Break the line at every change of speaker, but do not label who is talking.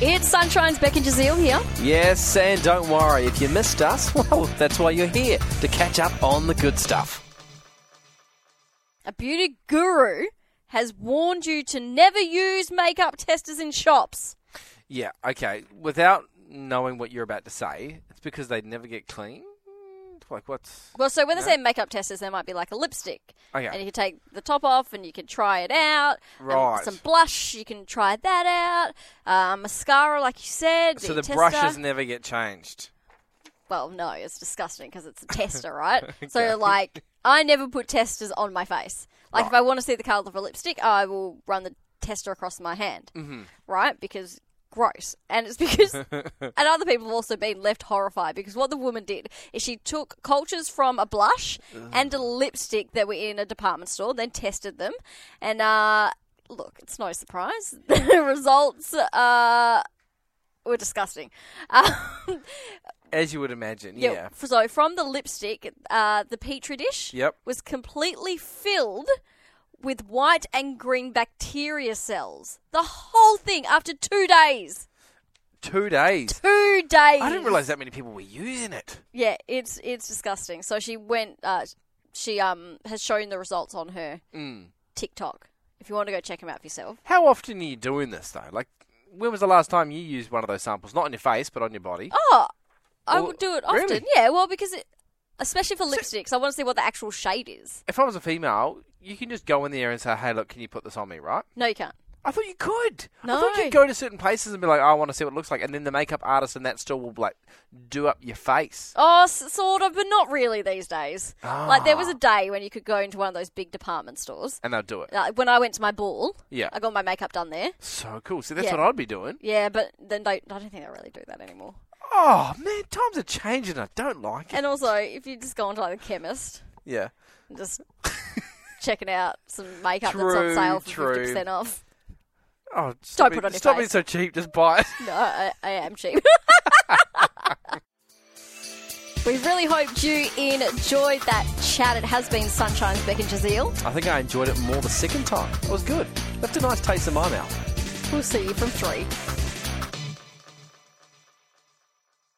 It's Sunshine's Becky Jazeel here.
Yes, and don't worry, if you missed us, well, that's why you're here, to catch up on the good stuff.
A beauty guru has warned you to never use makeup testers in shops.
Yeah, okay. Without knowing what you're about to say, it's because they'd never get clean. Like, what's.
Well, so when they
No.
say makeup testers, there might be like a lipstick.
Okay.
And you can take the top off and you can try it out. And
Right.
some blush, you can try that out. Uh, mascara, like you said.
So the
tester.
brushes never get changed.
Well, no, it's disgusting because it's a tester, right? So, like, I never put testers on my face. Like, if I want to see the colour of a lipstick, I will run the tester across my hand, mm-hmm. right? Because gross, and it's because, and other people have also been left horrified because what the woman did is she took cultures from a blush and a lipstick that were in a department store, then tested them, and uh, look, it's no surprise the results uh, were disgusting. Um,
As you would imagine,
yeah.
yeah.
f- So from the lipstick, uh, the petri dish
Yep.
was completely filled with white and green bacteria cells. The whole thing after two days.
Two days.
Two days.
I didn't realise that many people were using it.
Yeah, it's it's disgusting. So she went. Uh, she um has shown the results on her
Mm.
TikTok. If you want to go check them out for yourself.
How often are you doing this, though? Like, when was the last time you used one of those samples? Not on your face, but on your body.
Oh, I
Well,
would do it
really?
often. Yeah, well, because it, especially for lipsticks, I want to see what the actual shade is.
If I was a female, you can just go in there and say, hey, look, can you put this on me, right?
No, you can't.
I thought you could. I
No.
thought you'd go to certain places and be like, I want to see what it looks like. And then the makeup artist and that still will, like, do up your face.
Oh, s- sort of, but not really these days. Like there was
Ah.
a day when you could go into one of those big department stores.
And they'll do it.
Like, when I went to my ball,
Yeah.
I got my makeup done there.
So cool. See, that's
Yeah.
what I'd be doing.
Yeah, but then don't, I don't think they really do that anymore.
Oh, man, times are changing. I don't like it.
And also, if you just go into like the chemist
yeah.
and just checking out some makeup
True,
that's on sale for
true.
fifty percent off.
Oh,
Don't
stop, be-
put on your
stop
face.
being so cheap. Just buy it.
No, I, I am cheap. we really hoped you enjoyed that chat. It has been Sunshine's Beck and Jazeel.
I think I enjoyed it more the second time. It was good. Left a nice taste in my mouth.
We'll see you from three.